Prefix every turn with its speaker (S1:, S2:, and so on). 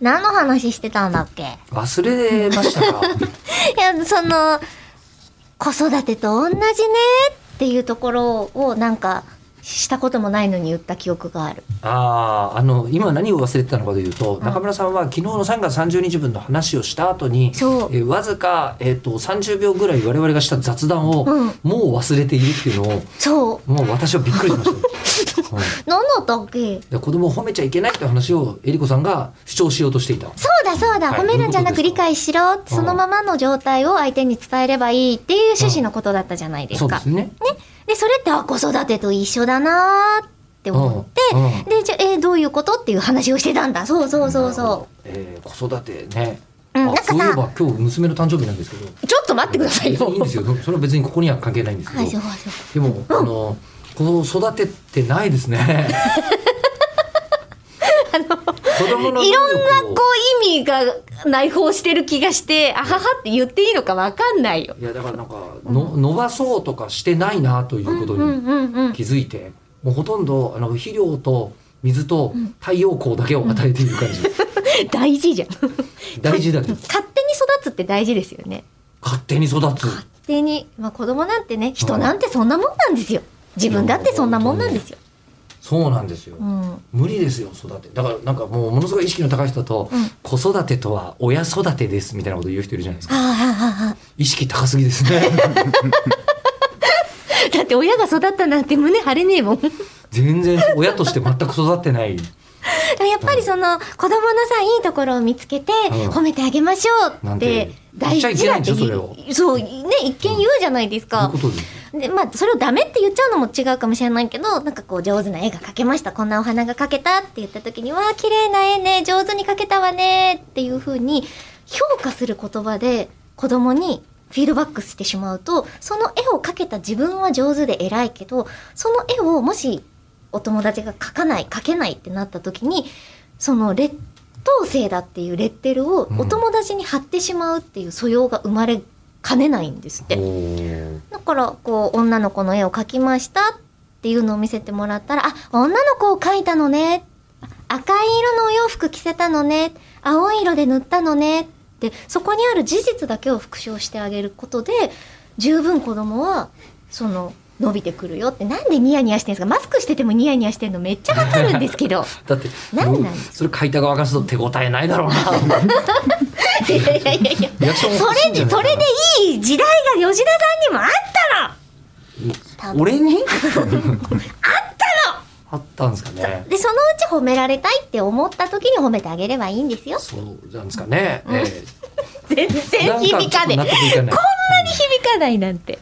S1: 何の話してたんだっけ
S2: 忘れましたか
S1: いやその子育てと同じねっていうところをなんかしたこともないのに言った記憶がある
S2: あああの今何を忘れてたのかというと、中村さんは昨日の3月30日分の話をした後に、
S1: そう
S2: えーわずか、えー、と30秒ぐらい我々がした雑談を、
S1: うん
S2: もう忘れているっていうのを
S1: そう
S2: もう私はびっくりしま した、はい
S1: 何の時
S2: で子供を褒めちゃいけないって話をえりこさんが主張しようとしていた
S1: そうだそうだ、
S2: はい
S1: 褒めるんじゃなく
S2: どうい
S1: 理
S2: うことですか
S1: 解しろそのままの状態を相手に伝えればいいっていう趣旨のことだったじゃないです
S2: そうで
S1: か。
S2: すね
S1: でそれってあ子育てと一緒だなーって思って、
S2: うんうん
S1: でじゃえーどういうことっていう話をしてたんだそうそうそうそ
S2: えー子育てね、
S1: うんなん
S2: あ
S1: かさ
S2: そういえば今日娘の誕生日なんですけど
S1: うちょっと待ってくださいよ。
S2: いいんですよそれは別にここには関係ないんですけど、
S1: はいそうそう
S2: でも、あの、子育てってないで すね。子供の能力を
S1: いろんなこう意味が内包してる気がしてあははって言っていいのかわかんないよ。
S2: いや、だから、なんか、の、伸ばそうとかしてないなということ
S1: うん
S2: に
S1: うんうん
S2: 気づいて。もうほとんど、あの、肥料と水と太陽光だけを与えている感じ。
S1: 大事じゃん。勝
S2: 大事だけど、
S1: 手に育つって大事ですよね。
S2: 勝手に育つ。
S1: 勝手に、まあ、子供なんてね人なんてそんなもんなんですよ自分だってそんなもんなんですよ、
S2: そうなんですよ。
S1: うん、
S2: 無理ですよ育てだからなんかもうものすごい意識の高い人だと、
S1: うん
S2: 子育てとは親育てですみたいなこと言う人いるじゃないです
S1: あ
S2: か
S1: ああああ
S2: 意識高すぎです ね
S1: あだって親が育ったなんて胸張れねえもんでも
S2: 全然親として全く育って ない
S1: やっぱりその子供のさいいところを見つけて
S2: うん
S1: 褒めてあげましょう
S2: な
S1: っ
S2: ん
S1: て
S2: て
S1: 大事だって
S2: 言っちゃいけないんで
S1: いそうね一見言うじゃないです
S2: という
S1: か
S2: こ、とです
S1: でまあそれをダメって言っちゃうのも違うかもしれないけどなんかこう上手な絵が描けましたこんなお花が描けたって言った時に「わあ綺麗な絵ね上手に描けたわね」っていうふうに評価する言葉で子供にフィードバックしてしまうとその絵を描けた自分は上手で偉いけどその絵をもしお友達が描かない描けないってなった時にその劣等生だっていうレッテルをお友達に貼ってしまうっていう素養が生まれかねないんですって。
S2: おー
S1: だからこう女の子の絵を描きましたっていうのを見せてもらったら「あ女の子を描いたのね」「赤い色のお洋服着せたのね」「青い色で塗ったのね」ってそこにある事実だけを復唱してあげることで十分子供はその伸びてくるよってなんでニヤニヤしてんですかマスクしててもニヤニヤしてんのめっちゃわかるんですけ ど
S2: だって
S1: なんなん
S2: もうそれ書いた側からすると手応えないだろうな
S1: いやいやいやいや
S2: リアクション
S1: そ
S2: 欲しい
S1: れ
S2: んじゃ
S1: で
S2: ないか
S1: そ
S2: な
S1: れでいい時代が吉田さんにもあったの多分
S2: 俺に あったのあったんですかね
S1: でそのうち褒められたいって思った時に褒めてあげればいいんですよ
S2: そうなんですかね、えー
S1: 全然
S2: なんか
S1: 響
S2: ちょっ
S1: か
S2: と
S1: ねえ
S2: 納得いかない
S1: こんなに響かないなんて